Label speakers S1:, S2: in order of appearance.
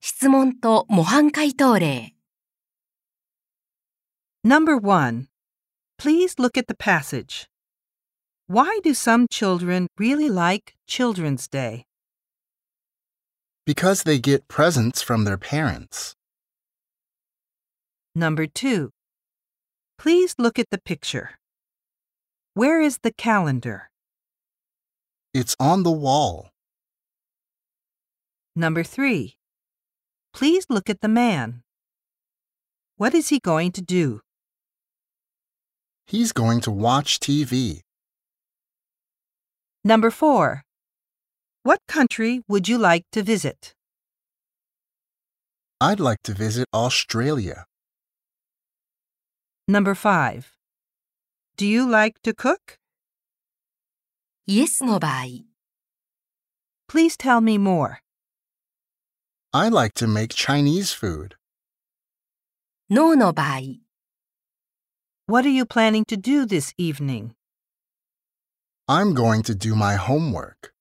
S1: 質問と模範解答例
S2: Number 1. Please look at the passage. Why do some children really like Children's Day?
S3: Because they get presents from their parents.
S2: Number 2. Please look at the picture. Where is the calendar?
S3: It's on the wall.
S2: Number 3. Please look at the man. What is he going to do?
S3: He's going to watch TV.
S2: Number 4. What country would you like to visit?
S3: I'd like to visit Australia.
S2: Number 5. Do you like to cook?
S1: イエスの場合
S2: Please tell me more.
S3: I like to make Chinese food.
S1: ノーの場合
S2: What are you planning to do this evening?
S3: I'm going to do my homework.